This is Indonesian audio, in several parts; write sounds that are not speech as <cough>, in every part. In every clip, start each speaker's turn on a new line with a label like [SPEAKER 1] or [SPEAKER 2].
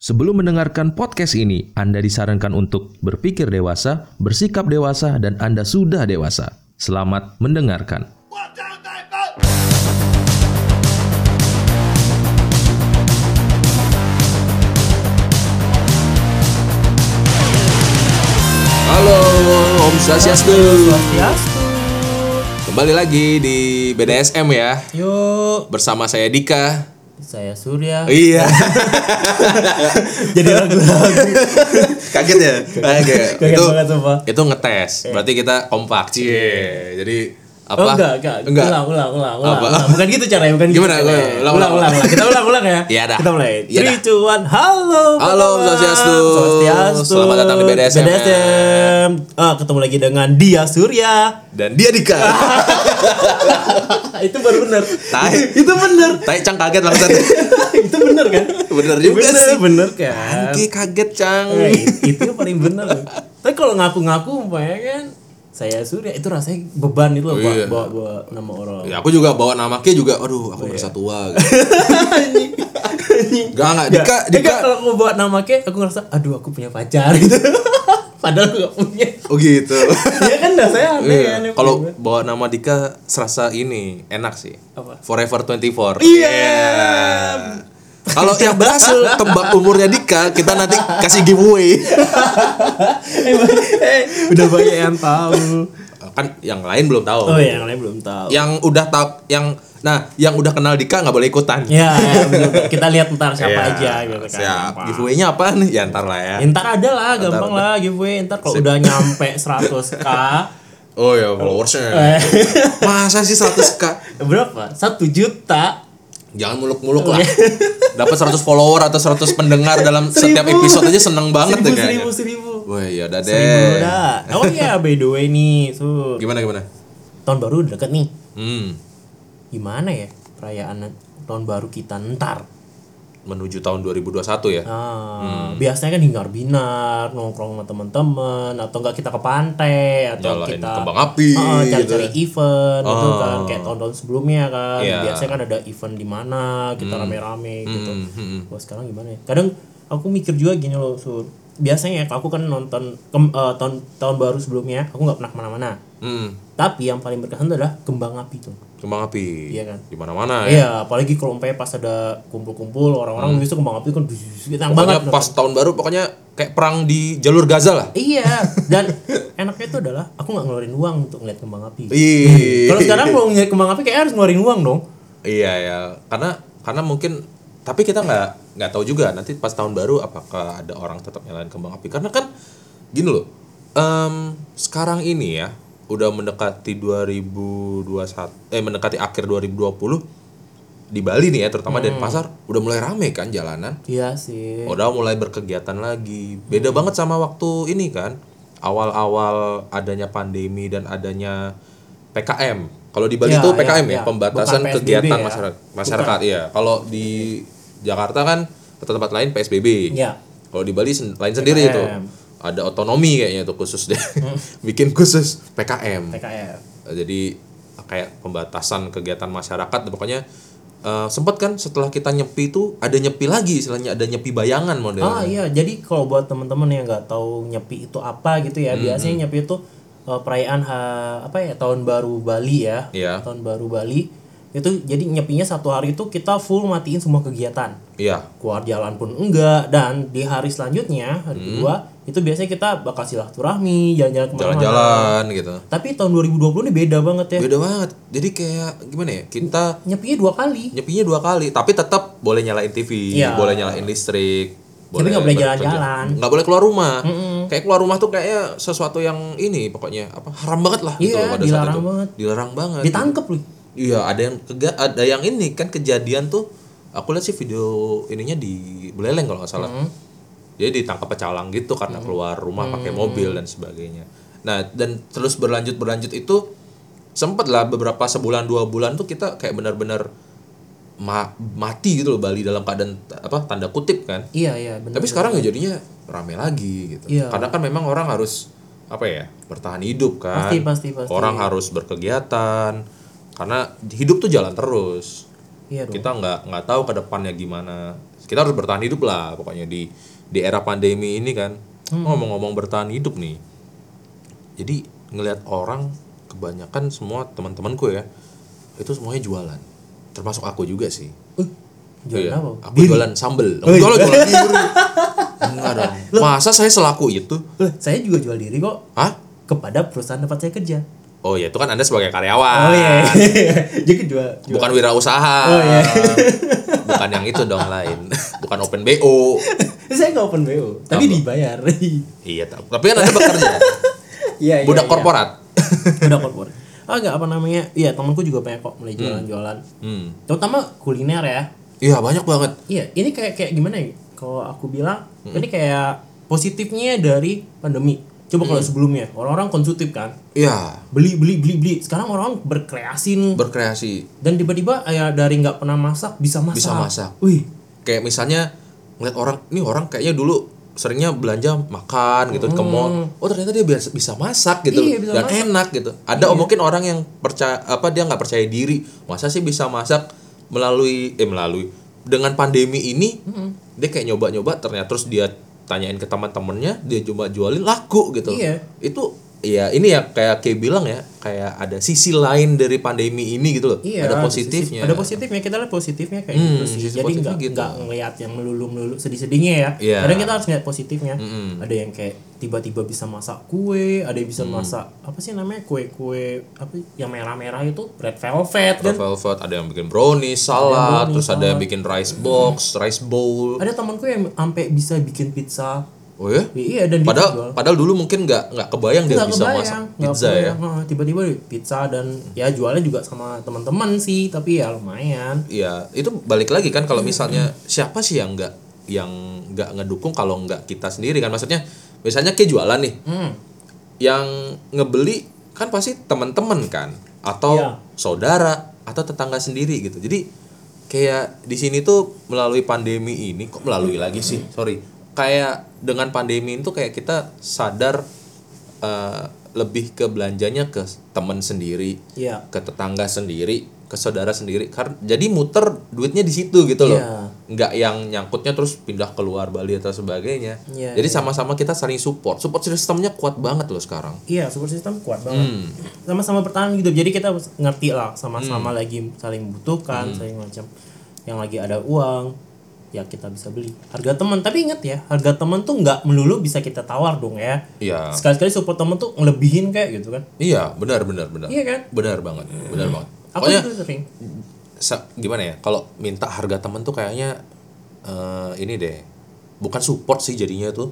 [SPEAKER 1] Sebelum mendengarkan podcast ini, Anda disarankan untuk berpikir dewasa, bersikap dewasa, dan Anda sudah dewasa. Selamat mendengarkan.
[SPEAKER 2] One, two, three, four.
[SPEAKER 3] Halo, Om Swastiastu. Kembali lagi di BDSM ya.
[SPEAKER 4] Yuk,
[SPEAKER 3] Bersama saya Dika.
[SPEAKER 4] saya Surya.
[SPEAKER 3] Iya.
[SPEAKER 4] <laughs> Jadi lagu-lagu
[SPEAKER 3] <laughs> Kaget ya? Kaget.
[SPEAKER 4] Kaget
[SPEAKER 3] itu
[SPEAKER 4] banget, sumpah.
[SPEAKER 3] itu ngetes. Berarti kita kompak. Cie. Jadi apa?
[SPEAKER 4] Oh enggak, enggak, Ulang, ulang, ulang, ulang,
[SPEAKER 3] Apa?
[SPEAKER 4] ulang. Bukan gitu caranya, bukan
[SPEAKER 3] Gimana?
[SPEAKER 4] gitu. caranya.
[SPEAKER 3] Ulang,
[SPEAKER 4] Ulang,
[SPEAKER 3] ulang.
[SPEAKER 4] ulang, ulang, Kita ulang, ulang ya.
[SPEAKER 3] Iya, dah.
[SPEAKER 4] Kita mulai.
[SPEAKER 3] Iya, dah.
[SPEAKER 4] 3 2 1. Halo.
[SPEAKER 3] Halo, Om Swastiastu.
[SPEAKER 4] Swastiastu.
[SPEAKER 3] Selamat datang di BDSM.
[SPEAKER 4] BDSM. Ah, ketemu lagi dengan dia
[SPEAKER 3] <laughs>
[SPEAKER 4] Surya.
[SPEAKER 3] Dan dia Dika.
[SPEAKER 4] itu baru benar.
[SPEAKER 3] <laughs> Tai.
[SPEAKER 4] itu benar.
[SPEAKER 3] Tai Cang kaget langsung.
[SPEAKER 4] <laughs> itu benar kan?
[SPEAKER 3] <laughs> Bener juga
[SPEAKER 4] bener,
[SPEAKER 3] sih.
[SPEAKER 4] Bener kan?
[SPEAKER 3] Ki kaget Cang.
[SPEAKER 4] Eh, itu yang paling bener loh. Tapi kalau ngaku-ngaku umpamanya kan saya Surya itu rasanya beban itu loh bawa,
[SPEAKER 3] Iya.
[SPEAKER 4] bawa, bawa nama orang.
[SPEAKER 3] Ya, aku juga bawa nama Ki juga.
[SPEAKER 4] Oh,
[SPEAKER 3] Aduh, aku
[SPEAKER 4] iya.
[SPEAKER 3] merasa <laughs> tua. Enggak, enggak. Dika,
[SPEAKER 4] Enggak,
[SPEAKER 3] Dika.
[SPEAKER 4] enggak, kalau aku bawa nama kek aku ngerasa aduh aku punya pacar <laughs> gitu. Padahal aku gak punya.
[SPEAKER 3] Oh gitu.
[SPEAKER 4] ya kan gitu. dah saya aneh
[SPEAKER 3] <laughs> Iya.
[SPEAKER 4] aneh.
[SPEAKER 3] Kalau bawa nama Dika serasa ini enak sih.
[SPEAKER 4] Apa?
[SPEAKER 3] Forever 24.
[SPEAKER 4] Iya.
[SPEAKER 3] Kalau yang berhasil tebak umurnya Dika, kita nanti kasih giveaway.
[SPEAKER 4] eh, eh, udah banyak yang tahu.
[SPEAKER 3] kan yang lain belum tahu.
[SPEAKER 4] <laughs> Oh ya, yang lain belum tahu.
[SPEAKER 3] Yang udah tak yang nah, yang udah kenal Dika nggak boleh ikutan.
[SPEAKER 4] Ya, ya, belum. kita lihat ntar siapa
[SPEAKER 3] Iya.
[SPEAKER 4] aja gitu kan.
[SPEAKER 3] Siap.
[SPEAKER 4] Gampang.
[SPEAKER 3] Giveaway-nya apa nih? Ya ntar lah ya.
[SPEAKER 4] Ya, ntar ada lah, gampang lah giveaway. Ntar kalau udah nyampe 100k
[SPEAKER 3] <laughs> Oh ya, followersnya.
[SPEAKER 4] <laughs> eh,
[SPEAKER 3] Masa sih 100k?
[SPEAKER 4] berapa? 1 juta.
[SPEAKER 3] Jangan muluk-muluk
[SPEAKER 4] <laughs>
[SPEAKER 3] lah. Dapat 100 follower atau 100 pendengar dalam setiap
[SPEAKER 4] Iya. Seribu.
[SPEAKER 3] episode aja seneng banget deh
[SPEAKER 4] seribu,
[SPEAKER 3] kayaknya.
[SPEAKER 4] seribu, seribu.
[SPEAKER 3] Wah ya udah
[SPEAKER 4] Seribu
[SPEAKER 3] deh.
[SPEAKER 4] dah. Oh iya, by the way nih, Sur.
[SPEAKER 3] Gimana gimana?
[SPEAKER 4] Tahun baru udah deket nih.
[SPEAKER 3] Hmm,
[SPEAKER 4] gimana ya perayaan tahun baru kita ntar
[SPEAKER 3] menuju tahun 2021 ya.
[SPEAKER 4] ah, biasanya kan hingar binar nongkrong sama teman-teman atau enggak kita ke pantai atau
[SPEAKER 3] Nyalain
[SPEAKER 4] kita
[SPEAKER 3] kembang api,
[SPEAKER 4] Ah,
[SPEAKER 3] gitu
[SPEAKER 4] cari-cari event gitu
[SPEAKER 3] Ah.
[SPEAKER 4] kan kayak tahun-tahun sebelumnya kan
[SPEAKER 3] Iya.
[SPEAKER 4] biasanya kan ada event di mana kita rame-rame gitu
[SPEAKER 3] Hmm, hmm, hmm.
[SPEAKER 4] Wah sekarang gimana ya? Kadang aku mikir juga gini loh, Sur. Biasanya ya aku kan nonton kem- eh, tahun tahun baru sebelumnya, aku nggak pernah kemana-mana.
[SPEAKER 3] Hmm,
[SPEAKER 4] Tapi yang paling berkesan itu adalah kembang api tuh.
[SPEAKER 3] kembang api.
[SPEAKER 4] Iya kan?
[SPEAKER 3] Di mana-mana ya.
[SPEAKER 4] Iya, apalagi kalau umpamanya pas ada kumpul-kumpul orang-orang biasanya kembang api kan bzzz, gitu, enak banget.
[SPEAKER 3] Hmm. Pokoknya pas tahun baru pokoknya kayak perang di jalur Gaza lah.
[SPEAKER 4] Iya, dan enaknya itu adalah aku nggak ngeluarin uang untuk ngeliat kembang api.
[SPEAKER 3] Iya. Ih.
[SPEAKER 4] Kalau sekarang mau ngeliat kembang api kayak harus ngeluarin uang dong.
[SPEAKER 3] Iya ya, karena karena mungkin tapi kita nggak nggak tahu juga nanti pas tahun baru apakah ada orang tetap nyalain kembang api karena kan gini loh em, sekarang ini ya udah mendekati 2021 eh mendekati akhir 2020 di Bali nih ya terutama Denpasar udah mulai rame kan jalanan
[SPEAKER 4] Iya sih.
[SPEAKER 3] udah mulai berkegiatan lagi beda banget sama waktu ini kan awal-awal adanya pandemi dan adanya PKM kalau di Bali
[SPEAKER 4] Ya,
[SPEAKER 3] itu
[SPEAKER 4] ya,
[SPEAKER 3] PKM ya,
[SPEAKER 4] ya.
[SPEAKER 3] pembatasan
[SPEAKER 4] Bukan PSBB
[SPEAKER 3] kegiatan
[SPEAKER 4] ya.
[SPEAKER 3] masyarakat masyarakat iya kalau di Jakarta kan atau tempat lain PSBB
[SPEAKER 4] Ya.
[SPEAKER 3] kalau di Bali sen- lain sendiri
[SPEAKER 4] PKM.
[SPEAKER 3] itu ada otonomi kayaknya itu khusus deh
[SPEAKER 4] Hmm.
[SPEAKER 3] <laughs> bikin khusus PKM
[SPEAKER 4] TKR.
[SPEAKER 3] Eh, jadi kayak pembatasan kegiatan masyarakat pokoknya eh, sempet kan setelah kita nyepi itu ada nyepi lagi istilahnya ada nyepi bayangan modelnya
[SPEAKER 4] Ah iya, jadi kalau buat teman-teman yang nggak tahu nyepi itu apa gitu ya, biasanya nyepi itu eh, perayaan ha- apa ya tahun baru Bali ya,
[SPEAKER 3] Iya.
[SPEAKER 4] tahun baru Bali itu jadi nyepinya satu hari itu kita full matiin semua kegiatan,
[SPEAKER 3] iya
[SPEAKER 4] keluar jalan pun enggak dan di hari selanjutnya hari kedua itu biasanya kita bakal silaturahmi jalan-jalan kemana-mana.
[SPEAKER 3] jalan-jalan
[SPEAKER 4] iya.
[SPEAKER 3] Iya. gitu
[SPEAKER 4] Tapi tahun 2020 ini beda banget ya,
[SPEAKER 3] beda banget jadi kayak gimana ya kita
[SPEAKER 4] nyepinya dua kali,
[SPEAKER 3] nyepinya dua kali tapi tetap boleh nyalain TV
[SPEAKER 4] Iya.
[SPEAKER 3] boleh nyalain listrik
[SPEAKER 4] nggak boleh
[SPEAKER 3] berkerja.
[SPEAKER 4] jalan-jalan.
[SPEAKER 3] nggak boleh keluar rumah kayak keluar rumah tuh kayaknya sesuatu yang ini pokoknya apa haram banget lah
[SPEAKER 4] Iya,
[SPEAKER 3] gitu loh pada saat
[SPEAKER 4] dilarang
[SPEAKER 3] itu
[SPEAKER 4] banget.
[SPEAKER 3] dilarang banget
[SPEAKER 4] ditangkep loh.
[SPEAKER 3] Iya, ada yang kega- ada yang ini kan kejadian tuh aku lihat sih video ininya di Beleleng kalau nggak salah.
[SPEAKER 4] Hmm.
[SPEAKER 3] Jadi ditangkap pecalang gitu karena keluar rumah
[SPEAKER 4] Hmm.
[SPEAKER 3] pakai mobil dan sebagainya. Nah, dan terus berlanjut berlanjut itu sempet lah beberapa sebulan dua bulan tuh kita kayak benar-benar ma- mati gitu loh Bali dalam keadaan t- apa tanda kutip kan.
[SPEAKER 4] Iya iya benar.
[SPEAKER 3] Tapi sekarang ya jadinya rame lagi gitu.
[SPEAKER 4] Iya.
[SPEAKER 3] Karena kan memang orang harus apa ya bertahan hidup kan.
[SPEAKER 4] Pasti, pasti, pasti.
[SPEAKER 3] Orang harus berkegiatan karena hidup tuh jalan terus.
[SPEAKER 4] Iya dong.
[SPEAKER 3] Kita nggak nggak tahu ke depannya gimana. kita harus bertahan hidup lah pokoknya di di era pandemi ini kan
[SPEAKER 4] Hmm.
[SPEAKER 3] ngomong-ngomong bertahan hidup nih jadi ngelihat orang kebanyakan semua teman-temanku ya itu semuanya jualan termasuk aku juga sih
[SPEAKER 4] Jualan
[SPEAKER 3] Iya.
[SPEAKER 4] apa? Oh, iya.
[SPEAKER 3] aku jualan sambel aku jualan jualan
[SPEAKER 4] <laughs>
[SPEAKER 3] diri enggak dong masa saya selaku itu
[SPEAKER 4] Eh, saya juga jual diri kok
[SPEAKER 3] Hah?
[SPEAKER 4] kepada perusahaan tempat saya kerja.
[SPEAKER 3] oh ya itu kan anda sebagai karyawan
[SPEAKER 4] Oh iya. <laughs> Jadi jual, jual. <laughs>
[SPEAKER 3] bukan wirausaha
[SPEAKER 4] Oh, iya.
[SPEAKER 3] <laughs> bukan yang itu dong lain bukan open bo
[SPEAKER 4] Saya nggak open BO, tapi dibayar. <laughs>
[SPEAKER 3] iya ta- tapi kan anda bekerja
[SPEAKER 4] Iya, iya, iya.
[SPEAKER 3] budak korporat
[SPEAKER 4] <laughs> Budak korporat. Ah nggak apa namanya? Iya, temanku juga pengen kok mulai jualan-jualan.
[SPEAKER 3] hmm
[SPEAKER 4] Terutama kuliner ya.
[SPEAKER 3] iya banyak banget
[SPEAKER 4] Iya, ini kayak kayak gimana ya? Kalau aku bilang,
[SPEAKER 3] Hmm.
[SPEAKER 4] ini kayak positifnya dari pandemi. Coba
[SPEAKER 3] Hmm.
[SPEAKER 4] kalau sebelumnya orang-orang konsumtif kan,
[SPEAKER 3] iya
[SPEAKER 4] beli beli beli beli. Sekarang orang berkreasi nih.
[SPEAKER 3] berkreasi
[SPEAKER 4] dan tiba-tiba ya dari nggak pernah masak bisa masak.
[SPEAKER 3] Bisa masak.
[SPEAKER 4] Wih,
[SPEAKER 3] kayak misalnya ngeliat orang ini orang kayaknya dulu seringnya belanja makan gitu ke mall oh ternyata dia biasa bisa masak gitu
[SPEAKER 4] Hmm. Iya, bisa
[SPEAKER 3] dan
[SPEAKER 4] masak. Iya.
[SPEAKER 3] enak gitu ada mungkin orang yang percaya apa dia nggak percaya diri masa sih bisa masak melalui eh melalui dengan pandemi ini
[SPEAKER 4] Hmm.
[SPEAKER 3] dia kayak nyoba-nyoba ternyata terus dia tanyain ke teman-temannya dia coba jualin laku gitu
[SPEAKER 4] Iya.
[SPEAKER 3] itu ya ini ya kayak kayak bilang ya kayak ada sisi lain dari pandemi ini gitu loh
[SPEAKER 4] iya.
[SPEAKER 3] ada positifnya
[SPEAKER 4] Ada positifnya kita lihat positifnya kayak
[SPEAKER 3] Hmm,
[SPEAKER 4] gitu sih.
[SPEAKER 3] sisi
[SPEAKER 4] Jadi
[SPEAKER 3] positifnya
[SPEAKER 4] nggak
[SPEAKER 3] gitu.
[SPEAKER 4] nggak ngelihat yang melulu melulu sedih-sedihnya ya.
[SPEAKER 3] Iya. Hmm.
[SPEAKER 4] Kadang kita harus lihat positifnya.
[SPEAKER 3] Mm-mm.
[SPEAKER 4] Ada yang kayak tiba-tiba bisa masak kue, ada yang bisa
[SPEAKER 3] Hmm.
[SPEAKER 4] masak apa sih namanya kue-kue apa yang merah-merah itu red velvet kan.
[SPEAKER 3] Red velvet, ada yang bikin brownies, salad,
[SPEAKER 4] brownies,
[SPEAKER 3] terus ada yang bikin rice
[SPEAKER 4] Hmm.
[SPEAKER 3] box, rice bowl.
[SPEAKER 4] Ada temanku yang sampai bisa bikin pizza.
[SPEAKER 3] Oh ya?
[SPEAKER 4] Iya dan dia jual.
[SPEAKER 3] Padahal padahal dulu mungkin nggak nggak kebayang dia
[SPEAKER 4] nggak
[SPEAKER 3] bisa
[SPEAKER 4] kebayang,
[SPEAKER 3] masak
[SPEAKER 4] nggak
[SPEAKER 3] pizza ya.
[SPEAKER 4] kebayang. Heeh, tiba-tiba pizza dan ya jualnya juga sama teman-teman sih tapi ya lumayan
[SPEAKER 3] Iya, itu balik lagi kan kalau misalnya siapa sih yang nggak yang nggak ngedukung kalau nggak kita sendiri kan maksudnya misalnya kayak jualan nih
[SPEAKER 4] Hmm.
[SPEAKER 3] yang ngebeli kan pasti teman-teman kan atau
[SPEAKER 4] Iya.
[SPEAKER 3] saudara atau tetangga sendiri gitu jadi kayak di sini tuh melalui pandemi ini kok melalui lagi sih sorry kayak dengan pandemi itu kayak kita sadar eh, lebih ke belanjanya ke teman sendiri
[SPEAKER 4] Iya.
[SPEAKER 3] ke tetangga sendiri ke saudara sendiri karena jadi muter duitnya di situ gitu loh
[SPEAKER 4] Iya.
[SPEAKER 3] nggak yang nyangkutnya terus pindah keluar Bali atau sebagainya
[SPEAKER 4] Iya,
[SPEAKER 3] jadi sama-sama kita saling support support sistemnya kuat banget loh sekarang
[SPEAKER 4] Iya, support system kuat banget. Sama-sama bertahan gitu. Jadi kita harus ngerti lah sama-sama lagi saling membutuhkan, saling macam yang lagi ada uang ya kita bisa beli. Harga teman, tapi ingat ya, harga teman tuh nggak melulu bisa kita tawar dong ya.
[SPEAKER 3] iya
[SPEAKER 4] Sekali-sekali support teman tuh ngelebihin kayak gitu kan.
[SPEAKER 3] iya benar benar benar
[SPEAKER 4] Iya kan? Hmm.
[SPEAKER 3] benar banget benar banget
[SPEAKER 4] Aku
[SPEAKER 3] pokoknya
[SPEAKER 4] juga sering.
[SPEAKER 3] sa- gimana ya kalau minta harga temen tuh kayaknya eh, ini deh bukan support sih jadinya tuh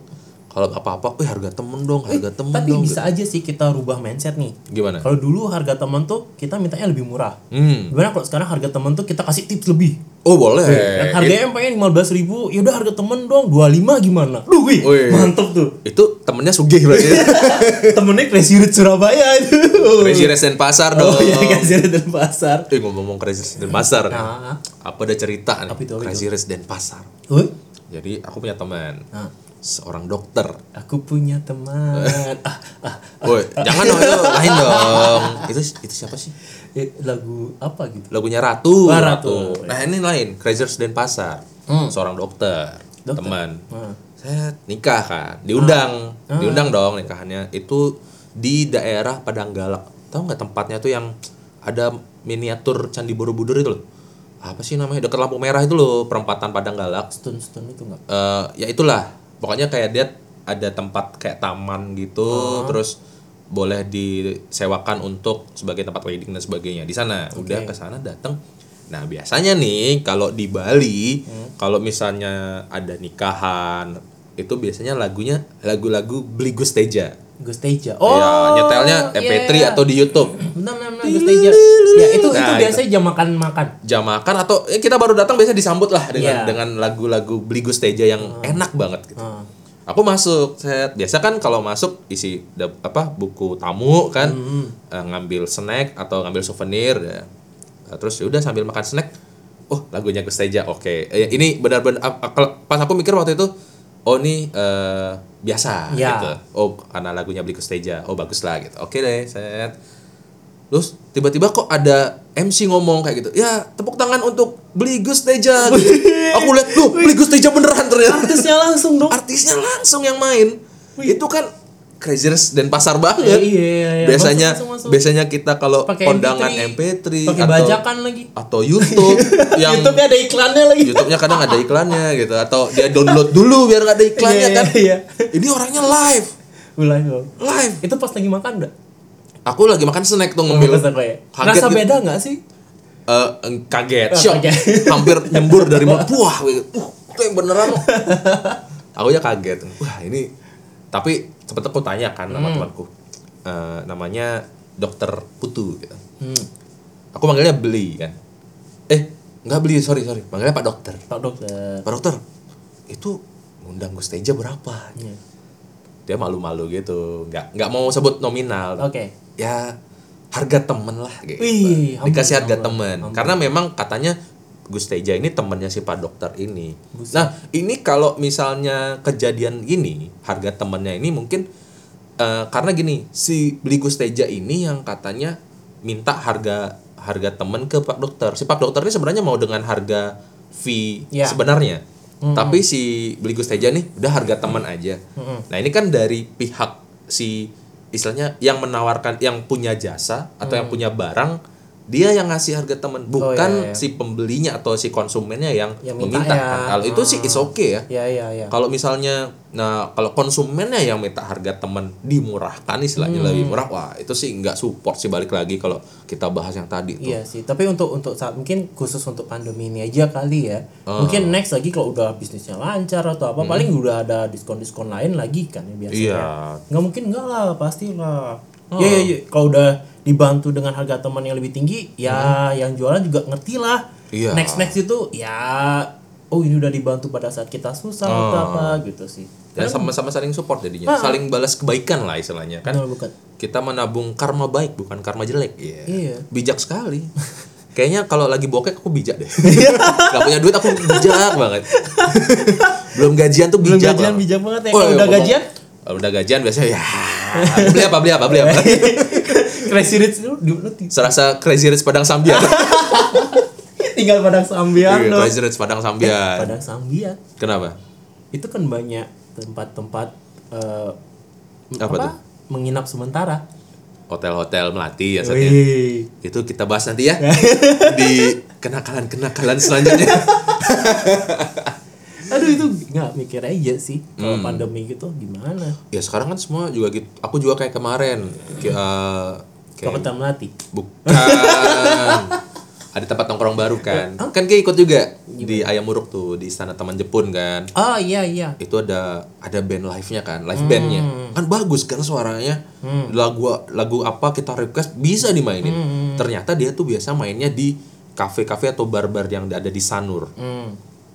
[SPEAKER 3] kalau apa-apa, wih harga temen dong, harga temen
[SPEAKER 4] Eh, Tapi
[SPEAKER 3] dong.
[SPEAKER 4] bisa aja sih kita rubah mindset nih.
[SPEAKER 3] Gimana?
[SPEAKER 4] Kalau dulu harga teman tuh kita mintanya lebih murah.
[SPEAKER 3] Nah. Hmm.
[SPEAKER 4] Gimana kalau sekarang harga teman tuh kita kasih tips lebih?
[SPEAKER 3] Oh boleh.
[SPEAKER 4] Yang harganya yang pengen 15 ribu, yaudah harga temen dong 25 gimana? Duh, wih,
[SPEAKER 3] Wih.
[SPEAKER 4] mantep tuh. <laughs>
[SPEAKER 3] Itu temennya sugih berarti.
[SPEAKER 4] Temennya Crazy Root Surabaya itu.
[SPEAKER 3] Crazy Rest dan Pasar dong.
[SPEAKER 4] Oh iya, Crazy Root dan Pasar.
[SPEAKER 3] Eh ngomong-ngomong Crazy Rest Denpasar nih.
[SPEAKER 4] Nah.
[SPEAKER 3] kan, Ah. Apa ada cerita nih
[SPEAKER 4] Apa itu, apa
[SPEAKER 3] Crazy Rest Denpasar.
[SPEAKER 4] Wih,
[SPEAKER 3] Jadi aku punya teman
[SPEAKER 4] Nah.
[SPEAKER 3] seorang dokter.
[SPEAKER 4] aku punya teman. ah, ah,
[SPEAKER 3] Woi, jangan dong itu lain dong. Itu itu siapa sih?
[SPEAKER 4] eh, lagu apa gitu?
[SPEAKER 3] Lagunya Ratu.
[SPEAKER 4] Wah, Ratu.
[SPEAKER 3] Nah, ini lain Crazy Rest Denpasar. Seorang dokter,
[SPEAKER 4] Dokter.
[SPEAKER 3] teman.
[SPEAKER 4] Nah,
[SPEAKER 3] Saya nikah kan, diundang. Diundang dong nikahannya. Itu di daerah Padanggalak. Tahu nggak tempatnya tuh yang ada miniatur Candi Borobudur itu loh. Apa sih namanya? Dekat lampu merah itu loh, perempatan Padanggalak.
[SPEAKER 4] stun stun itu nggak?
[SPEAKER 3] eh ya itulah pokoknya kayak dia ada tempat kayak taman gitu terus boleh disewakan untuk sebagai tempat wedding dan sebagainya di sana udah ke sana datang nah biasanya nih kalau di Bali kalau misalnya ada nikahan itu biasanya lagunya lagu-lagu Bligus Teja
[SPEAKER 4] Gusteja.
[SPEAKER 3] ya
[SPEAKER 4] Oh,
[SPEAKER 3] nyetelnya MP3 atau di YouTube
[SPEAKER 4] Benar benar benar Gusteja. Ya itu itu biasanya jam makan makan.
[SPEAKER 3] jam makan atau eh, kita baru datang biasanya disambut lah
[SPEAKER 4] Iya.
[SPEAKER 3] dengan dengan lagu-lagu Bligus Teja yang enak banget gitu
[SPEAKER 4] Ah.
[SPEAKER 3] aku masuk set biasa kan kalau masuk isi da- apa buku tamu kan Eh, ngambil snack atau ngambil souvenir ya. Eh, terus ya udah sambil makan snack oh lagunya Gus Teja oke Eh, ini benar-benar ap- ak- pas aku mikir waktu itu oh ini eh, biasa
[SPEAKER 4] Ya.
[SPEAKER 3] gitu oh karena lagunya beli Gus Teja oh bagus lah gitu oke deh set terus tiba-tiba kok ada MC ngomong kayak gitu ya tepuk tangan untuk beli Gus Teja gitu. aku lihat tuh beli Gus Teja beneran ternyata
[SPEAKER 4] artisnya langsung dong
[SPEAKER 3] artisnya langsung yang main itu kan craziness dan pasar banget
[SPEAKER 4] Iya, iya, iya.
[SPEAKER 3] biasanya
[SPEAKER 4] Masuk, masuk, masuk.
[SPEAKER 3] biasanya kita kalau
[SPEAKER 4] Pakai
[SPEAKER 3] kondangan
[SPEAKER 4] MP3,
[SPEAKER 3] MP3,
[SPEAKER 4] pakai
[SPEAKER 3] atau
[SPEAKER 4] bajakan lagi.
[SPEAKER 3] atau YouTube
[SPEAKER 4] <laughs>
[SPEAKER 3] yang
[SPEAKER 4] YouTube-nya ada iklannya lagi
[SPEAKER 3] YouTube-nya kadang ada iklannya gitu atau dia download dulu biar nggak ada iklannya
[SPEAKER 4] Iya,
[SPEAKER 3] kan
[SPEAKER 4] iya,
[SPEAKER 3] ini orangnya live
[SPEAKER 4] Ulah, ya. Bang.
[SPEAKER 3] live
[SPEAKER 4] itu pas lagi makan enggak?
[SPEAKER 3] aku lagi makan snack tuh ngemil Kaget
[SPEAKER 4] oh iya. Rasa
[SPEAKER 3] gitu.
[SPEAKER 4] beda nggak sih?
[SPEAKER 3] Eh, eng- kaget
[SPEAKER 4] Oh,
[SPEAKER 3] shock
[SPEAKER 4] kaget.
[SPEAKER 3] <laughs> hampir nyembur
[SPEAKER 4] <laughs>
[SPEAKER 3] dari mulut wah gitu. uh itu yang beneran loh." aku ya kaget wah ini tapi sempet aku tanya kan
[SPEAKER 4] Hmm.
[SPEAKER 3] sama temanku Eh, namanya dokter putu gitu
[SPEAKER 4] Hmm,
[SPEAKER 3] aku manggilnya beli kan eh nggak beli sorry sorry manggilnya pak dokter
[SPEAKER 4] Pak Dokter.
[SPEAKER 3] pak dokter itu ngundang Gus Teja berapa
[SPEAKER 4] Iya.
[SPEAKER 3] dia malu-malu gitu nggak nggak mau sebut nominal
[SPEAKER 4] Oke.
[SPEAKER 3] ya harga temen lah gitu.
[SPEAKER 4] Wih, humble,
[SPEAKER 3] dikasih harga
[SPEAKER 4] humble,
[SPEAKER 3] temen
[SPEAKER 4] humble.
[SPEAKER 3] karena memang katanya Gus Teja ini temennya si Pak Dokter ini
[SPEAKER 4] Buset.
[SPEAKER 3] nah ini kalau misalnya kejadian gini harga temennya ini mungkin eh, karena gini si beli Gus Teja ini yang katanya minta harga harga temen ke Pak Dokter si Pak Dokter ini sebenarnya mau dengan harga fee
[SPEAKER 4] Ya.
[SPEAKER 3] sebenarnya tapi si beli Gus Teja nih udah harga temen aja
[SPEAKER 4] Mm-mm.
[SPEAKER 3] Nah ini kan dari pihak si istilahnya yang menawarkan yang punya jasa atau yang punya barang dia yang ngasih harga teman
[SPEAKER 4] iya, iya.
[SPEAKER 3] bukan si pembelinya atau si konsumennya yang,
[SPEAKER 4] Yang minta
[SPEAKER 3] meminta
[SPEAKER 4] ya.
[SPEAKER 3] kan. kalau itu sih is okay ya
[SPEAKER 4] Ya ya ya.
[SPEAKER 3] kalau misalnya nah kalau konsumennya yang minta harga teman dimurahkan istilahnya lebih murah wah itu sih nggak support sih balik lagi kalau kita bahas yang tadi tuh
[SPEAKER 4] Iya sih, tapi untuk untuk saat mungkin khusus untuk pandemi ini aja kali ya.
[SPEAKER 3] Ah.
[SPEAKER 4] Mungkin next lagi kalau udah bisnisnya lancar atau apa paling udah ada diskon-diskon lain lagi kan ya biasanya.
[SPEAKER 3] Hmm. Iya. Ah.
[SPEAKER 4] Nggak mungkin enggak lah, pastilah. Ya ya, ya. kalau udah dibantu dengan harga teman yang lebih tinggi, ya yang jualan juga ngerti lah.
[SPEAKER 3] Hmm. Iya.
[SPEAKER 4] Next next itu ya oh ini udah dibantu pada saat kita susah atau
[SPEAKER 3] Ah.
[SPEAKER 4] apa gitu sih.
[SPEAKER 3] dan sama-sama saling support jadinya
[SPEAKER 4] Ah.
[SPEAKER 3] saling balas kebaikan lah istilahnya kan
[SPEAKER 4] Benar bukan?
[SPEAKER 3] kita menabung karma baik bukan karma jelek Iya.
[SPEAKER 4] Iya.
[SPEAKER 3] bijak
[SPEAKER 4] <laughs>
[SPEAKER 3] sekali kayaknya kalau lagi bokek aku bijak deh
[SPEAKER 4] Iya.
[SPEAKER 3] <laughs> nggak punya duit aku bijak banget belum gajian tuh
[SPEAKER 4] Belum
[SPEAKER 3] bijak
[SPEAKER 4] gajian
[SPEAKER 3] lah.
[SPEAKER 4] bijak banget ya.
[SPEAKER 3] Oh,
[SPEAKER 4] Kalau
[SPEAKER 3] iya,
[SPEAKER 4] udah
[SPEAKER 3] ngomong-
[SPEAKER 4] gajian
[SPEAKER 3] kalau udah gajian biasanya ya beli apa beli apa beli apa
[SPEAKER 4] <laughs> Crazy Rich lu, lu, lu
[SPEAKER 3] serasa crazy rich padang
[SPEAKER 4] <laughs>
[SPEAKER 3] sambian
[SPEAKER 4] tinggal padang sambian
[SPEAKER 3] Iya,
[SPEAKER 4] lo.
[SPEAKER 3] crazy rich padang sambian
[SPEAKER 4] Padang Sambian
[SPEAKER 3] kenapa
[SPEAKER 4] itu kan banyak tempat-tempat eh,
[SPEAKER 3] Apa tuh?
[SPEAKER 4] menginap sementara.
[SPEAKER 3] hotel-hotel melati ya Sat, ya.
[SPEAKER 4] Wih.
[SPEAKER 3] itu kita bahas nanti
[SPEAKER 4] <laughs>
[SPEAKER 3] ya di kenakalan-kenakalan selanjutnya
[SPEAKER 4] Aduh itu nggak mikir aja sih kalau
[SPEAKER 3] Hmm.
[SPEAKER 4] pandemi gitu gimana?
[SPEAKER 3] ya sekarang kan semua juga gitu aku juga kayak kemarin kayak, eh,
[SPEAKER 4] Kalau
[SPEAKER 3] kayak
[SPEAKER 4] kita melatih
[SPEAKER 3] bukan ada tempat nongkrong baru kan kan kayak ikut juga di ayam muruk tuh di istana taman Jepun kan
[SPEAKER 4] Oh iya iya.
[SPEAKER 3] itu ada ada band live nya kan live bandnya kan bagus kan suaranya lagu lagu apa kita request bisa dimainin ternyata dia tuh biasa mainnya di kafe kafe atau bar bar yang ada di Sanur
[SPEAKER 4] Hmm.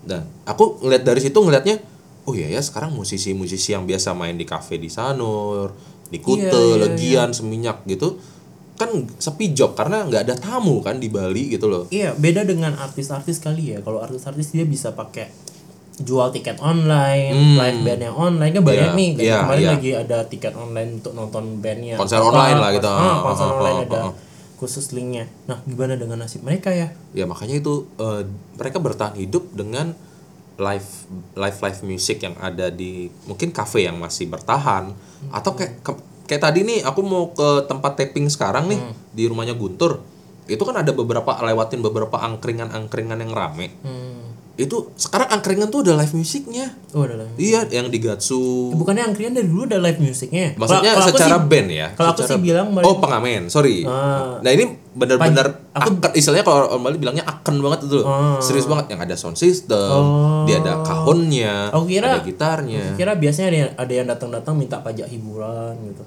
[SPEAKER 3] dan aku ngeliat dari situ ngelihatnya oh iya ya sekarang musisi-musisi yang biasa main di kafe di Sanur di Kute
[SPEAKER 4] Iya, iya,
[SPEAKER 3] Legian Seminyak gitu kan sepi job karena nggak ada tamu kan di Bali gitu loh
[SPEAKER 4] Iya beda dengan artis-artis kali ya. Kalau artis-artis dia bisa pakai jual tiket online, live bandnya online kan banyak
[SPEAKER 3] Hmm. Iya,
[SPEAKER 4] nih. Kayak
[SPEAKER 3] iya,
[SPEAKER 4] kemarin
[SPEAKER 3] iya.
[SPEAKER 4] lagi ada tiket online untuk nonton bandnya.
[SPEAKER 3] Konser
[SPEAKER 4] Apa,
[SPEAKER 3] online lah gitu.
[SPEAKER 4] konser- ah, konser
[SPEAKER 3] Ah, ah,
[SPEAKER 4] online
[SPEAKER 3] ah,
[SPEAKER 4] ada
[SPEAKER 3] ah.
[SPEAKER 4] khusus linknya. Nah gimana dengan nasib mereka ya?
[SPEAKER 3] ya makanya itu eh, mereka bertahan hidup dengan live live live music yang ada di mungkin kafe yang masih bertahan
[SPEAKER 4] Hmm.
[SPEAKER 3] atau kayak ke- kayak tadi nih aku mau ke tempat taping sekarang nih
[SPEAKER 4] Hmm.
[SPEAKER 3] di rumahnya Guntur itu kan ada beberapa lewatin beberapa angkringan-angkringan yang rame
[SPEAKER 4] Hmm.
[SPEAKER 3] itu sekarang angkringan tuh ada live musiknya
[SPEAKER 4] Oh ada live.
[SPEAKER 3] iya yang di Gatsu
[SPEAKER 4] Bukannya angkringan dari dulu ada live musiknya?
[SPEAKER 3] maksudnya
[SPEAKER 4] Kalau- kalau aku
[SPEAKER 3] secara
[SPEAKER 4] sih-
[SPEAKER 3] band ya
[SPEAKER 4] kalau aku
[SPEAKER 3] secara-
[SPEAKER 4] sih bilang mereka-
[SPEAKER 3] oh pengamen sorry
[SPEAKER 4] Ah.
[SPEAKER 3] nah ini benar-benar
[SPEAKER 4] Aku-
[SPEAKER 3] akan istilahnya kalau orang Bali bilangnya akan banget itu loh
[SPEAKER 4] Ah. Oh.
[SPEAKER 3] serius banget yang ada sound system dia ada kahonnya
[SPEAKER 4] Aku kira-
[SPEAKER 3] ada gitarnya
[SPEAKER 4] kira biasanya ada yang, ada yang datang-datang minta pajak hiburan gitu.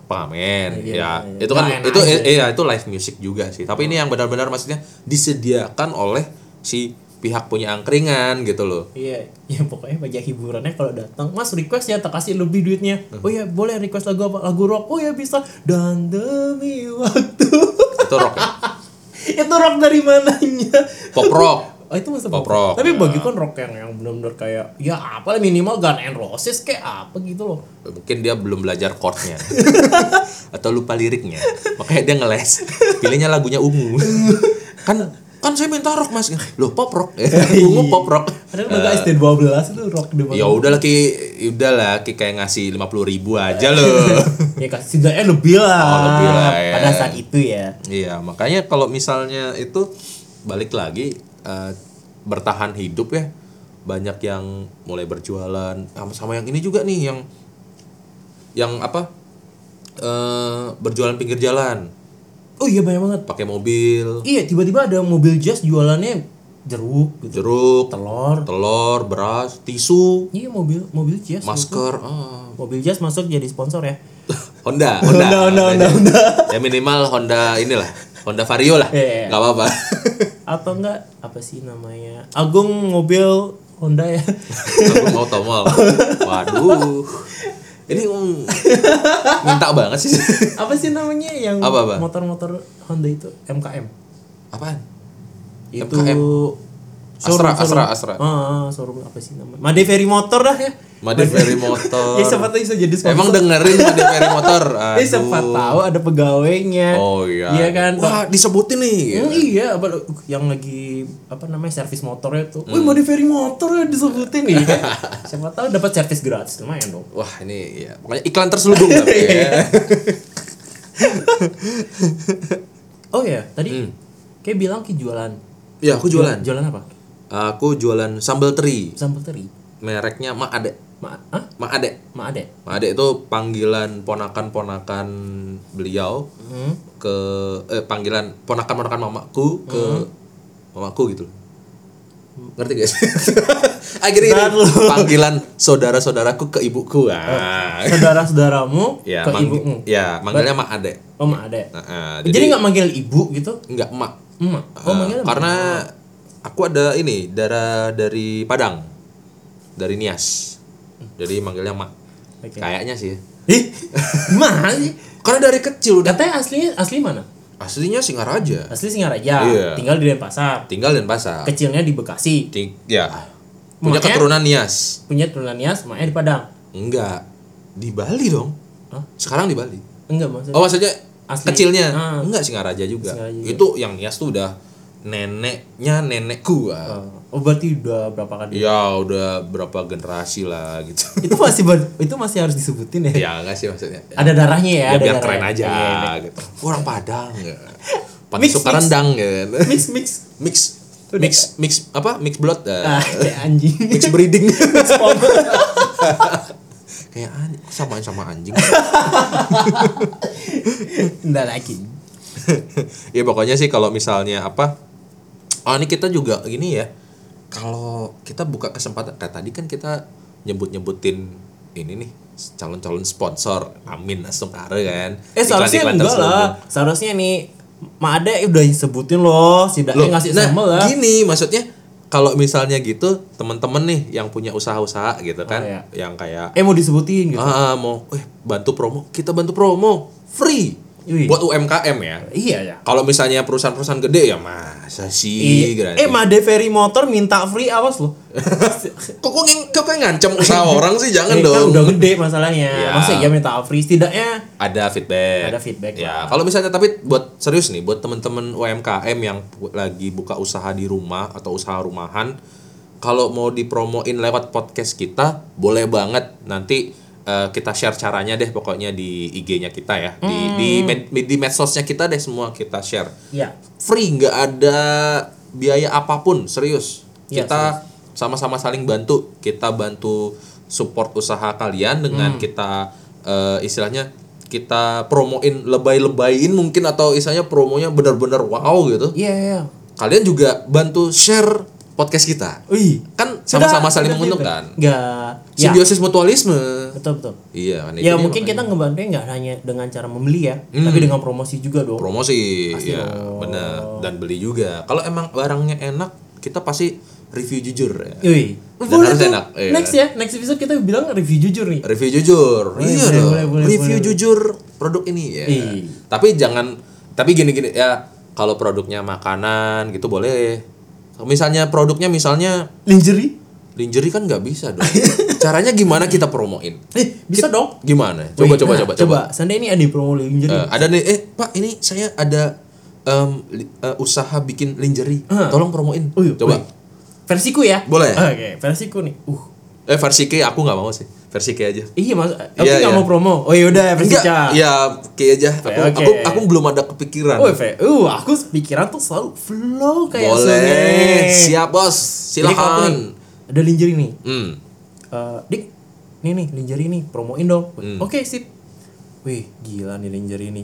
[SPEAKER 4] Iya,
[SPEAKER 3] pengamen ya
[SPEAKER 4] iya.
[SPEAKER 3] itu kan
[SPEAKER 4] Nggak enak
[SPEAKER 3] itu
[SPEAKER 4] aja.
[SPEAKER 3] eh, iya itu live music juga sih tapi ini yang benar-benar maksudnya disediakan oleh si pihak punya angkringan gitu loh
[SPEAKER 4] Iya, <laughs> ya pokoknya pajak hiburannya kalau datang, Mas request ya, tak kasih lebih duitnya.
[SPEAKER 3] Hmm.
[SPEAKER 4] Oh ya, boleh request lagu apa? Lagu rock. Oh ya bisa. Dan demi waktu. <laughs>
[SPEAKER 3] itu rock ya
[SPEAKER 4] itu rock dari mananya?
[SPEAKER 3] pop rock
[SPEAKER 4] Oh itu masa
[SPEAKER 3] Pop rock, Nah.
[SPEAKER 4] Tapi bagiku kan rock yang yang benar-benar kayak ya apalah minimal Gun and Roses kayak apa gitu loh.
[SPEAKER 3] mungkin dia belum belajar chordnya atau lupa liriknya makanya dia ngeles pilihnya lagunya ungu kan kan kan saya minta rok mas loh pop rock ungu pop rock
[SPEAKER 4] Ada lembaga ST12 itu rock di
[SPEAKER 3] Eh. ya udah lah ki udah lah ki kayak ngasih lima puluh ribu aja loh
[SPEAKER 4] Ya kasih setidaknya lebih lah.
[SPEAKER 3] Oh, lebih lah, ya.
[SPEAKER 4] Pada saat itu ya.
[SPEAKER 3] iya makanya kalau misalnya itu balik lagi eh, bertahan hidup ya banyak yang mulai berjualan sama sama yang ini juga nih yang yang apa eh berjualan pinggir jalan
[SPEAKER 4] Oh iya banyak banget.
[SPEAKER 3] pakai mobil
[SPEAKER 4] Iya tiba-tiba ada mobil jazz jualannya jeruk gitu.
[SPEAKER 3] jeruk
[SPEAKER 4] Telur.
[SPEAKER 3] telur beras tisu
[SPEAKER 4] Iya mobil mobil jazz.
[SPEAKER 3] masker
[SPEAKER 4] Mhm.
[SPEAKER 3] ah.
[SPEAKER 4] Mobil jazz masuk jadi sponsor ya.
[SPEAKER 3] Honda,
[SPEAKER 4] <laughs> Honda, Honda, Honda,
[SPEAKER 3] ya.
[SPEAKER 4] Honda.
[SPEAKER 3] Ya minimal Honda inilah, Honda Vario lah,
[SPEAKER 4] Iya, iya.
[SPEAKER 3] nggak apa-apa.
[SPEAKER 4] Apa enggak? Apa sih namanya? Agung mobil Honda
[SPEAKER 3] <laughs>
[SPEAKER 4] ya.
[SPEAKER 3] Aku mau tomol. Waduh, ini mm, minta banget sih.
[SPEAKER 4] apa sih namanya yang
[SPEAKER 3] Apa, apa?
[SPEAKER 4] motor-motor Honda itu MKM?
[SPEAKER 3] Apaan?
[SPEAKER 4] Itu
[SPEAKER 3] MKM. Astra, Astra, Astra.
[SPEAKER 4] Ah, ah, showroom apa sih namanya? Made Ferry Motor dah ya.
[SPEAKER 3] Madrid Ferry Motor.
[SPEAKER 4] ya siapa tahu bisa jadi sponsor.
[SPEAKER 3] Emang dengerin Madrid Ferry Motor?
[SPEAKER 4] Eh, siapa
[SPEAKER 3] Aduh.
[SPEAKER 4] tahu ada pegawainya.
[SPEAKER 3] Oh iya.
[SPEAKER 4] Iya kan?
[SPEAKER 3] Wah disebutin nih.
[SPEAKER 4] Hmm, iya, apa uh, yang lagi apa namanya servis motornya
[SPEAKER 3] Hmm.
[SPEAKER 4] tuh. Wih, mau di ferry motor ya disebutin nih.
[SPEAKER 3] <laughs>
[SPEAKER 4] Siapa tahu dapat servis gratis lumayan dong.
[SPEAKER 3] Wah ini ya. Makanya iklan terselubung
[SPEAKER 4] <laughs>
[SPEAKER 3] tapi
[SPEAKER 4] Iya.
[SPEAKER 3] ya.
[SPEAKER 4] Oh iya, tadi kayak bilang ki jualan.
[SPEAKER 3] Ya aku Hmm. jualan.
[SPEAKER 4] Jualan apa?
[SPEAKER 3] Aku jualan sambal teri.
[SPEAKER 4] Sambal teri.
[SPEAKER 3] Mereknya Mak Ade.
[SPEAKER 4] Ma, ah?
[SPEAKER 3] Mak Ade.
[SPEAKER 4] Ma ada?
[SPEAKER 3] Mak Ade Nah, itu panggilan ponakan-ponakan beliau
[SPEAKER 4] Hmm.
[SPEAKER 3] ke eh panggilan ponakan-ponakan mamaku ke
[SPEAKER 4] Hmm.
[SPEAKER 3] mamaku gitu loh. Ngerti guys? <laughs> Akhirnya ini panggilan saudara-saudaraku ke ibuku. Ah.
[SPEAKER 4] Saudara-saudaramu
[SPEAKER 3] Ya,
[SPEAKER 4] Oh, ke
[SPEAKER 3] mang-
[SPEAKER 4] ibumu.
[SPEAKER 3] ya, manggilnya Mak Ade.
[SPEAKER 4] Oh, ma ada.
[SPEAKER 3] Nah, ah,
[SPEAKER 4] jadi
[SPEAKER 3] jadi
[SPEAKER 4] nggak manggil ibu gitu?
[SPEAKER 3] enggak Mak.
[SPEAKER 4] Emak. Oh,
[SPEAKER 3] Ah,
[SPEAKER 4] manggil
[SPEAKER 3] karena aku ada ini darah dari Padang. Dari Nias.
[SPEAKER 4] Hmm.
[SPEAKER 3] Jadi manggilnya Mak.
[SPEAKER 4] Oke.
[SPEAKER 3] Kayaknya sih. ya.
[SPEAKER 4] Ih, <laughs> gimana sih?
[SPEAKER 3] Karena dari kecil udah
[SPEAKER 4] Katanya aslinya asli mana?
[SPEAKER 3] aslinya Singaraja.
[SPEAKER 4] Asli Singaraja,
[SPEAKER 3] Iya.
[SPEAKER 4] tinggal di Denpasar.
[SPEAKER 3] Tinggal Denpasar.
[SPEAKER 4] Kecilnya di Bekasi.
[SPEAKER 3] Ti- ya. Punya
[SPEAKER 4] Makanya-
[SPEAKER 3] keturunan Nias.
[SPEAKER 4] punya turunan Nias, emaknya di Padang.
[SPEAKER 3] Enggak. Di Bali dong.
[SPEAKER 4] Hah?
[SPEAKER 3] Sekarang di Bali.
[SPEAKER 4] Enggak maksudnya.
[SPEAKER 3] Oh maksudnya
[SPEAKER 4] Asli.
[SPEAKER 3] kecilnya.
[SPEAKER 4] Ah.
[SPEAKER 3] Enggak Singaraja juga.
[SPEAKER 4] Singaraja juga.
[SPEAKER 3] Itu yang Nias tuh udah neneknya nenek gua.
[SPEAKER 4] Oh, berarti udah berapa kali?
[SPEAKER 3] Ya udah berapa generasi lah gitu.
[SPEAKER 4] <laughs>
[SPEAKER 3] <laughs>
[SPEAKER 4] itu masih ber- itu masih harus disebutin ya.
[SPEAKER 3] ya enggak sih maksudnya. Ya,
[SPEAKER 4] Ada darahnya ya, ada
[SPEAKER 3] biar
[SPEAKER 4] darahnya.
[SPEAKER 3] keren aja
[SPEAKER 4] Iya, iya.
[SPEAKER 3] gitu. Orang Padang ya. Pantai
[SPEAKER 4] Mix,
[SPEAKER 3] suka
[SPEAKER 4] mix.
[SPEAKER 3] rendang ya.
[SPEAKER 4] <laughs> Mix mix.
[SPEAKER 3] mix mix mix apa? Mix blood. eh.
[SPEAKER 4] Ah, kayak anjing.
[SPEAKER 3] <laughs> mix
[SPEAKER 4] <laughs>
[SPEAKER 3] breeding.
[SPEAKER 4] Mix pom.
[SPEAKER 3] kayak an- samaan sama anjing
[SPEAKER 4] Enggak lagi.
[SPEAKER 3] <laughs> ya pokoknya sih kalau misalnya apa oh ini kita juga gini ya kalau kita buka kesempatan kayak tadi kan kita nyebut nyebutin ini nih calon calon sponsor amin langsung kare kan
[SPEAKER 4] Eh seharusnya
[SPEAKER 3] Iklan-iklan
[SPEAKER 4] enggak lah.
[SPEAKER 3] terselubung.
[SPEAKER 4] Seharusnya nih Mak Ade udah sebutin loh,
[SPEAKER 3] Loh,
[SPEAKER 4] setidaknya ngasih
[SPEAKER 3] nah,
[SPEAKER 4] sambal lah.
[SPEAKER 3] gini maksudnya kalau misalnya gitu temen-temen nih yang punya usaha-usaha gitu kan
[SPEAKER 4] iya.
[SPEAKER 3] yang kayak
[SPEAKER 4] Eh mau disebutin gitu.
[SPEAKER 3] ah mau eh bantu promo kita bantu promo free
[SPEAKER 4] Wih.
[SPEAKER 3] buat UMKM ya
[SPEAKER 4] Iya ya.
[SPEAKER 3] Kalau misalnya perusahaan-perusahaan gede ya masa sih gitu kan. gratis.
[SPEAKER 4] Eh, Mak Ade Ferry Motor minta free awas loh.
[SPEAKER 3] <laughs> kok kok ngeng- kok kayak ngancam <laughs> usaha orang sih jangan
[SPEAKER 4] Eh, kan
[SPEAKER 3] dong.
[SPEAKER 4] udah gede masalahnya.
[SPEAKER 3] Iya.
[SPEAKER 4] Masa iya minta free setidaknya
[SPEAKER 3] Ada feedback.
[SPEAKER 4] Ada feedback
[SPEAKER 3] Ya, kalau misalnya tapi buat serius nih buat temen-temen UMKM yang bu- lagi buka usaha di rumah atau usaha rumahan, kalau mau dipromoin lewat podcast kita boleh banget nanti eh, kita share caranya deh pokoknya di IG-nya kita ya di di med- di medsosnya kita deh semua kita share
[SPEAKER 4] Iya.
[SPEAKER 3] free nggak ada biaya apapun serius
[SPEAKER 4] Iya,
[SPEAKER 3] kita sama-sama saling bantu kita bantu support usaha kalian
[SPEAKER 4] Hmm.
[SPEAKER 3] dengan kita eh, istilahnya kita promoin lebay-lebayin mungkin atau istilahnya promonya benar-benar wow gitu
[SPEAKER 4] Iya, iya.
[SPEAKER 3] kalian juga bantu share podcast kita
[SPEAKER 4] Wih,
[SPEAKER 3] kan sama-sama
[SPEAKER 4] Udah,
[SPEAKER 3] saling
[SPEAKER 4] udah
[SPEAKER 3] menguntungkan
[SPEAKER 4] gitu. Nggak. Ya,
[SPEAKER 3] simbiosis mutualisme
[SPEAKER 4] betul betul.
[SPEAKER 3] iya kan, itu
[SPEAKER 4] Ya
[SPEAKER 3] dia
[SPEAKER 4] mungkin
[SPEAKER 3] makanya. Hmm.
[SPEAKER 4] kita ngebantunya nggak hanya dengan cara membeli ya, tapi dengan promosi juga dong.
[SPEAKER 3] promosi ya benar dan beli juga kalau emang barangnya enak kita pasti review jujur ya
[SPEAKER 4] Wih.
[SPEAKER 3] Dan
[SPEAKER 4] Boleh
[SPEAKER 3] harus
[SPEAKER 4] tuh.
[SPEAKER 3] enak, iya.
[SPEAKER 4] Next ya, next episode kita bilang review jujur nih.
[SPEAKER 3] review jujur iya
[SPEAKER 4] boleh,
[SPEAKER 3] dong
[SPEAKER 4] boleh, boleh,
[SPEAKER 3] review jujur produk ini ya
[SPEAKER 4] Iya.
[SPEAKER 3] tapi jangan tapi gini gini ya kalau produknya makanan gitu boleh misalnya produknya misalnya
[SPEAKER 4] Lingerie?
[SPEAKER 3] lingerie kan nggak bisa
[SPEAKER 4] <laughs>
[SPEAKER 3] dong caranya gimana kita promoin
[SPEAKER 4] Eh, bisa dong.
[SPEAKER 3] gimana coba
[SPEAKER 4] Wih,
[SPEAKER 3] coba Iya.
[SPEAKER 4] nah,
[SPEAKER 3] coba coba
[SPEAKER 4] Seandainya ini ada yang promo lingerie.
[SPEAKER 3] Eh, ada nih eh pak ini saya ada em, li- eh, usaha bikin lingerie tolong promoin
[SPEAKER 4] Oh, iya.
[SPEAKER 3] coba
[SPEAKER 4] Versiku ya?
[SPEAKER 3] Boleh.
[SPEAKER 4] Oke, versiku nih. Uh.
[SPEAKER 3] eh versi K aku nggak mau sih versi K aja
[SPEAKER 4] Iya, Mas. Aku
[SPEAKER 3] Iya,
[SPEAKER 4] nggak
[SPEAKER 3] iya.
[SPEAKER 4] mau promo. Oh, yaudah, versi Ca.
[SPEAKER 3] Enggak, ya K aja aku,
[SPEAKER 4] oke.
[SPEAKER 3] aku aku belum ada kepikiran
[SPEAKER 4] Oh, Fe. Uh, aku pikiran tuh selalu flow kayak sungai.
[SPEAKER 3] boleh siap bos
[SPEAKER 4] Jadi kalau nih,
[SPEAKER 3] silakan
[SPEAKER 4] ada lingerie nih.
[SPEAKER 3] hmm.
[SPEAKER 4] Eh, dik, nih nih lingerie nih, promoin dong.
[SPEAKER 3] Hmm.
[SPEAKER 4] Oke, sip. Wih, gila nih lingerie nih.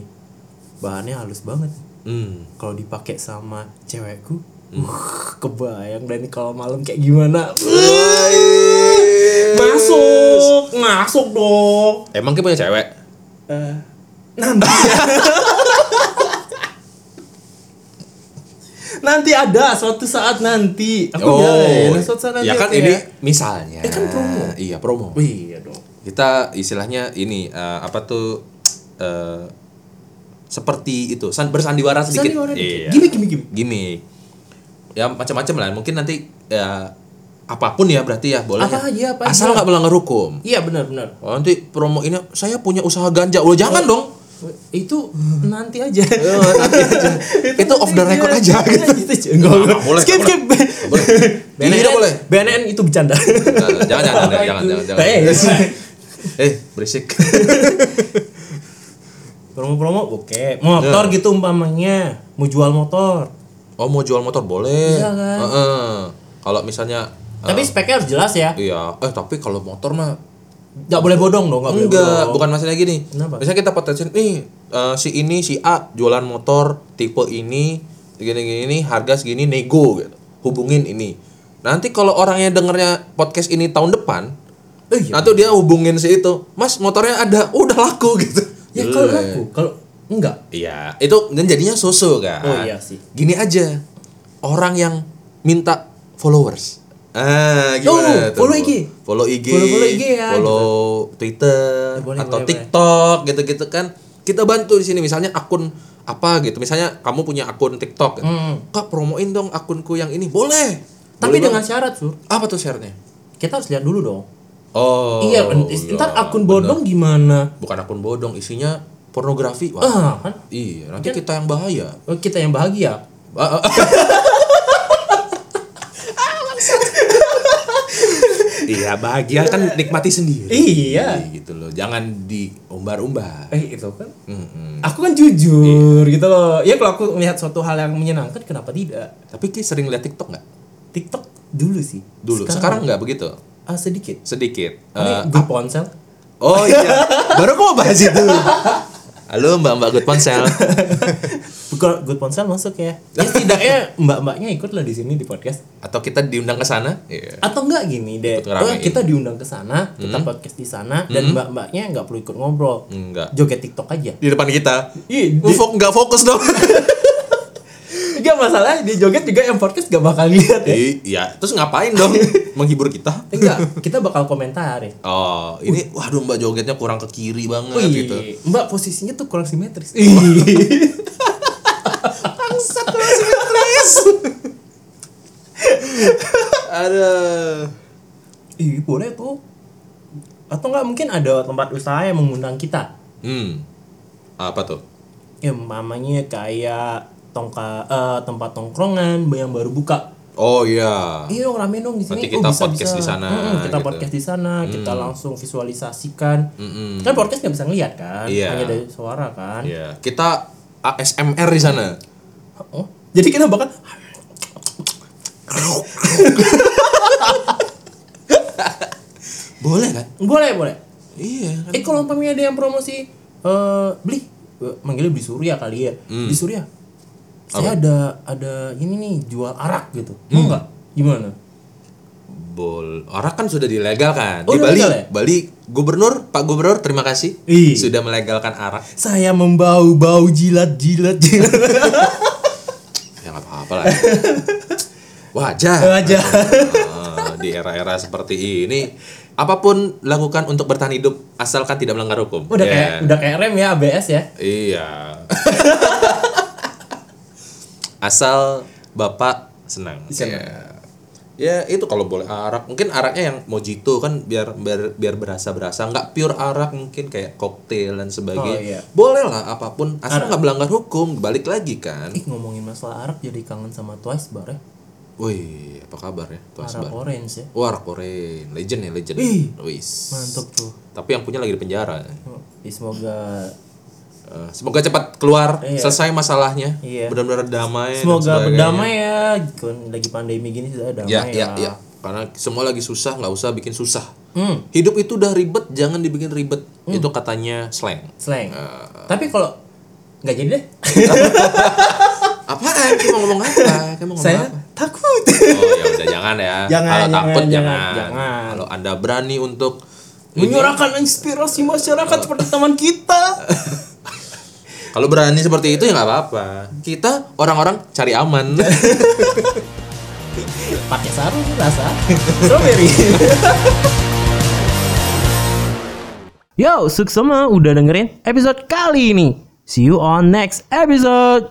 [SPEAKER 4] Bahannya halus banget.
[SPEAKER 3] Hmm.
[SPEAKER 4] Kalau dipakai sama cewekku, uh, kebayang dan kalau malam kayak gimana. Uh, masuk, masuk dong.
[SPEAKER 3] emang K punya cewek
[SPEAKER 4] Eh, nanti nanti ada suatu saat nanti aku jalan suatu saat nanti
[SPEAKER 3] Oh. ya kan
[SPEAKER 4] aku
[SPEAKER 3] ini
[SPEAKER 4] ya.
[SPEAKER 3] misalnya.
[SPEAKER 4] Eh, kan promo.
[SPEAKER 3] Iya promo.
[SPEAKER 4] wih iya dong
[SPEAKER 3] Kita istilahnya ini eh, apa tuh eh, seperti itu san- bersandiwara sedikit.
[SPEAKER 4] Misalnya orang
[SPEAKER 3] Iya.
[SPEAKER 4] gini gini gini
[SPEAKER 3] Gimik. Ya macam-macam lah. Mungkin nanti ya apapun ya berarti ya boleh.
[SPEAKER 4] Apa
[SPEAKER 3] ya.
[SPEAKER 4] aja, apa aja.
[SPEAKER 3] Asal nggak melanggar hukum.
[SPEAKER 4] iya benar benar
[SPEAKER 3] Oh, nanti promo ini saya punya usaha ganja. Oh, jangan dong.
[SPEAKER 4] itu
[SPEAKER 3] Hmm.
[SPEAKER 4] nanti aja
[SPEAKER 3] Oh, <laughs> Itu off the record aja, gitu.
[SPEAKER 4] enggak
[SPEAKER 3] Nggak,
[SPEAKER 4] enggak
[SPEAKER 3] nggak boleh,
[SPEAKER 4] skip
[SPEAKER 3] nggak
[SPEAKER 4] skip
[SPEAKER 3] boleh. Ini
[SPEAKER 4] BNN
[SPEAKER 3] <laughs> tidak boleh.
[SPEAKER 4] BNN itu bercanda
[SPEAKER 3] Nah, jangan jangan jangan jangan <laughs> jangan. jangan.
[SPEAKER 4] Eh,
[SPEAKER 3] eh, berisik.
[SPEAKER 4] promo-promo oke motor gitu umpamanya mau jual motor
[SPEAKER 3] Oh, mau jual motor boleh.
[SPEAKER 4] Iya kan?
[SPEAKER 3] Heeh. Kalau misalnya eh,
[SPEAKER 4] tapi speknya harus jelas ya
[SPEAKER 3] Iya, eh tapi kalau motor mah
[SPEAKER 4] nggak boleh bodong dong nggak boleh
[SPEAKER 3] enggak,
[SPEAKER 4] bodong.
[SPEAKER 3] bukan masalah gini.
[SPEAKER 4] Kenapa?
[SPEAKER 3] Misalnya kita potensi nih eh, si ini si A jualan motor tipe ini gini-gini ini, harga segini nego gitu. Hubungin ini. Nanti kalau orangnya dengernya podcast ini tahun depan,
[SPEAKER 4] Eh, iya.
[SPEAKER 3] nanti dia hubungin si itu, "Mas, motornya ada, Oh, udah laku." gitu.
[SPEAKER 4] Ya kalau
[SPEAKER 3] Jelek.
[SPEAKER 4] aku, kalau enggak.
[SPEAKER 3] Iya, itu dan jadinya susu kan.
[SPEAKER 4] Oh, iya sih.
[SPEAKER 3] Gini aja, orang yang minta followers. Ah,
[SPEAKER 4] Oh,
[SPEAKER 3] gimana tuh?
[SPEAKER 4] follow IG.
[SPEAKER 3] Follow IG.
[SPEAKER 4] Follow-follow IG ya,
[SPEAKER 3] Follow Twitter
[SPEAKER 4] Boleh,
[SPEAKER 3] atau
[SPEAKER 4] boleh,
[SPEAKER 3] TikTok gitu-gitu kan. Kita bantu di sini misalnya akun apa gitu. Misalnya kamu punya akun TikTok. Gitu. Kak promoin dong akunku yang ini. Boleh.
[SPEAKER 4] Hmm. Tapi
[SPEAKER 3] Boleh
[SPEAKER 4] dengan
[SPEAKER 3] banget.
[SPEAKER 4] syarat, Sur.
[SPEAKER 3] apa tuh share-nya?
[SPEAKER 4] Kita harus lihat dulu dong.
[SPEAKER 3] Oh.
[SPEAKER 4] iya, entar
[SPEAKER 3] iya,
[SPEAKER 4] akun
[SPEAKER 3] bener.
[SPEAKER 4] bodong gimana?
[SPEAKER 3] Bukan akun bodong, isinya pornografi. Wah.
[SPEAKER 4] Ah, kan
[SPEAKER 3] Iya, nanti kita yang bahaya.
[SPEAKER 4] Oh, kita yang bahagia.
[SPEAKER 3] Iya bahagia kan nikmati sendiri.
[SPEAKER 4] Iya.
[SPEAKER 3] Gitu loh, jangan diumbar-umbar.
[SPEAKER 4] Eh, itu kan.
[SPEAKER 3] Mm-mm.
[SPEAKER 4] Aku kan jujur gitu loh. Ya kalau aku melihat suatu hal yang menyenangkan kenapa tidak?
[SPEAKER 3] Tapi Ki sering lihat TikTok nggak?
[SPEAKER 4] TikTok dulu sih.
[SPEAKER 3] Dulu. Sekarang nggak begitu.
[SPEAKER 4] ah, sedikit.
[SPEAKER 3] Sedikit. Eh,
[SPEAKER 4] Ini good ponsel.
[SPEAKER 3] oh iya. <laughs> Baru aku mau bahas itu. Halo Mbak Mbak Good Ponsel.
[SPEAKER 4] Good, good ponsel masuk ya. <laughs> Ya setidaknya mbak-mbaknya ikutlah di sini di podcast.
[SPEAKER 3] Atau kita diundang ke sana? Iya.
[SPEAKER 4] atau enggak gini deh
[SPEAKER 3] Ikut ngeramein.
[SPEAKER 4] eh, kita diundang ke sana kita podcast di sana dan mbak-mbaknya nggak perlu ikut ngobrol
[SPEAKER 3] Enggak.
[SPEAKER 4] joget tiktok aja
[SPEAKER 3] Di depan kita.
[SPEAKER 4] Iya, di-
[SPEAKER 3] Fok nggak fokus <laughs> dong.
[SPEAKER 4] enggak masalah di joget juga yang podcast gak bakal lihat ya
[SPEAKER 3] Iya. Terus ngapain dong? Menghibur kita?
[SPEAKER 4] enggak kita bakal komentarin
[SPEAKER 3] Oh, ini waduh Mbak jogetnya kurang ke kiri banget
[SPEAKER 4] Wih,
[SPEAKER 3] gitu.
[SPEAKER 4] mbak posisinya tuh kurang simetris <laughs>
[SPEAKER 3] Bangsat kalau simetris. Ada.
[SPEAKER 4] Ih, boleh tuh atau enggak mungkin ada tempat usaha yang mengundang kita
[SPEAKER 3] Hmm. Apa tuh?
[SPEAKER 4] ya mamanya kayak tongka eh, tempat tongkrongan yang baru buka
[SPEAKER 3] Oh iya.
[SPEAKER 4] Iya dong rame dong di sini.
[SPEAKER 3] Nanti kita podcast di sana,
[SPEAKER 4] Mm-mm, kita
[SPEAKER 3] gitu.
[SPEAKER 4] podcast di sana, kita langsung visualisasikan.
[SPEAKER 3] Mm-mm.
[SPEAKER 4] Kan podcast nggak bisa ngeliat kan,
[SPEAKER 3] Iya.
[SPEAKER 4] hanya dari suara kan.
[SPEAKER 3] Iya. Kita ASMR di sana.
[SPEAKER 4] Oh, jadi kita bakal
[SPEAKER 3] Boleh kan?
[SPEAKER 4] boleh boleh.
[SPEAKER 3] Iya.
[SPEAKER 4] Eh kalau umpamanya ada yang promosi eh beli, Eh, manggilnya beli Surya kali ya.
[SPEAKER 3] Mm.
[SPEAKER 4] Beli Surya. Saya ada ada ini nih jual arak gitu.
[SPEAKER 3] Mm.
[SPEAKER 4] Mau nggak? Gimana?
[SPEAKER 3] Bol. Orang kan sudah dilegalkan
[SPEAKER 4] Oh,
[SPEAKER 3] di
[SPEAKER 4] udah
[SPEAKER 3] Bali.
[SPEAKER 4] legal ya? Iya.
[SPEAKER 3] Bali gubernur, Pak Gubernur, terima kasih
[SPEAKER 4] Ih.
[SPEAKER 3] sudah melegalkan arak.
[SPEAKER 4] Saya membau-bau jilat-jilat <laughs> jilat.
[SPEAKER 3] Ya nggak apa-apa
[SPEAKER 4] <laughs>
[SPEAKER 3] lah. Wajar.
[SPEAKER 4] Wajar.
[SPEAKER 3] Ah, di era-era seperti ini apapun lakukan untuk bertahan hidup asalkan tidak melanggar hukum.
[SPEAKER 4] udah kayak
[SPEAKER 3] Ya.
[SPEAKER 4] udah kayak rem ya ABS ya. <laughs>
[SPEAKER 3] Iya. Asal bapak senang.
[SPEAKER 4] Senang.
[SPEAKER 3] Iya. ya itu kalau boleh arak mungkin araknya yang mojito kan biar biar biar berasa berasa nggak pure arak mungkin kayak koktail dan sebagainya
[SPEAKER 4] Oh, iya.
[SPEAKER 3] boleh lah apapun asal nggak melanggar hukum balik lagi kan
[SPEAKER 4] Ih ngomongin masalah Arab jadi kangen sama Twice bar ya.
[SPEAKER 3] woi apa kabar ya tuan
[SPEAKER 4] Arab Orange ya.
[SPEAKER 3] Wah, Koren, legend ya legend.
[SPEAKER 4] Ih,
[SPEAKER 3] Wis.
[SPEAKER 4] Mantap tuh.
[SPEAKER 3] Tapi yang punya lagi di penjara.
[SPEAKER 4] Ya, semoga
[SPEAKER 3] Eh, semoga cepat keluar,
[SPEAKER 4] Iya.
[SPEAKER 3] selesai masalahnya,
[SPEAKER 4] Iya.
[SPEAKER 3] benar-benar damai. dan
[SPEAKER 4] semoga
[SPEAKER 3] sebagainya.
[SPEAKER 4] berdamai ya. Kan Lagi pandemi gini sudah damai
[SPEAKER 3] Ya,
[SPEAKER 4] ya.
[SPEAKER 3] ya, ya. Karena semua lagi susah, nggak usah bikin susah.
[SPEAKER 4] Hmm,
[SPEAKER 3] Hidup itu udah ribet, jangan dibikin ribet. Itu katanya slang.
[SPEAKER 4] slang.
[SPEAKER 3] Ah.
[SPEAKER 4] Tapi kalau nggak jadi deh.
[SPEAKER 3] Apaan? Kamu ngomong apa? Kamu ngomong
[SPEAKER 4] Saya
[SPEAKER 3] apa?
[SPEAKER 4] takut.
[SPEAKER 3] Oh, ya udah jangan <laughs> ya.
[SPEAKER 4] Jangan,
[SPEAKER 3] Kalau
[SPEAKER 4] jangan,
[SPEAKER 3] takut jangan.
[SPEAKER 4] jangan, jangan.
[SPEAKER 3] Kalau Anda berani untuk
[SPEAKER 4] Menyuarakan inspirasi masyarakat
[SPEAKER 3] Oh.
[SPEAKER 4] seperti teman kita.
[SPEAKER 3] <laughs> kalau berani seperti itu ya nggak apa-apa. Kita orang-orang cari aman. <laughs>
[SPEAKER 4] Pakai sarung rasa
[SPEAKER 2] <laughs>
[SPEAKER 4] strawberry.
[SPEAKER 2] Yo, Suksema udah dengerin episode kali ini. See you on next episode.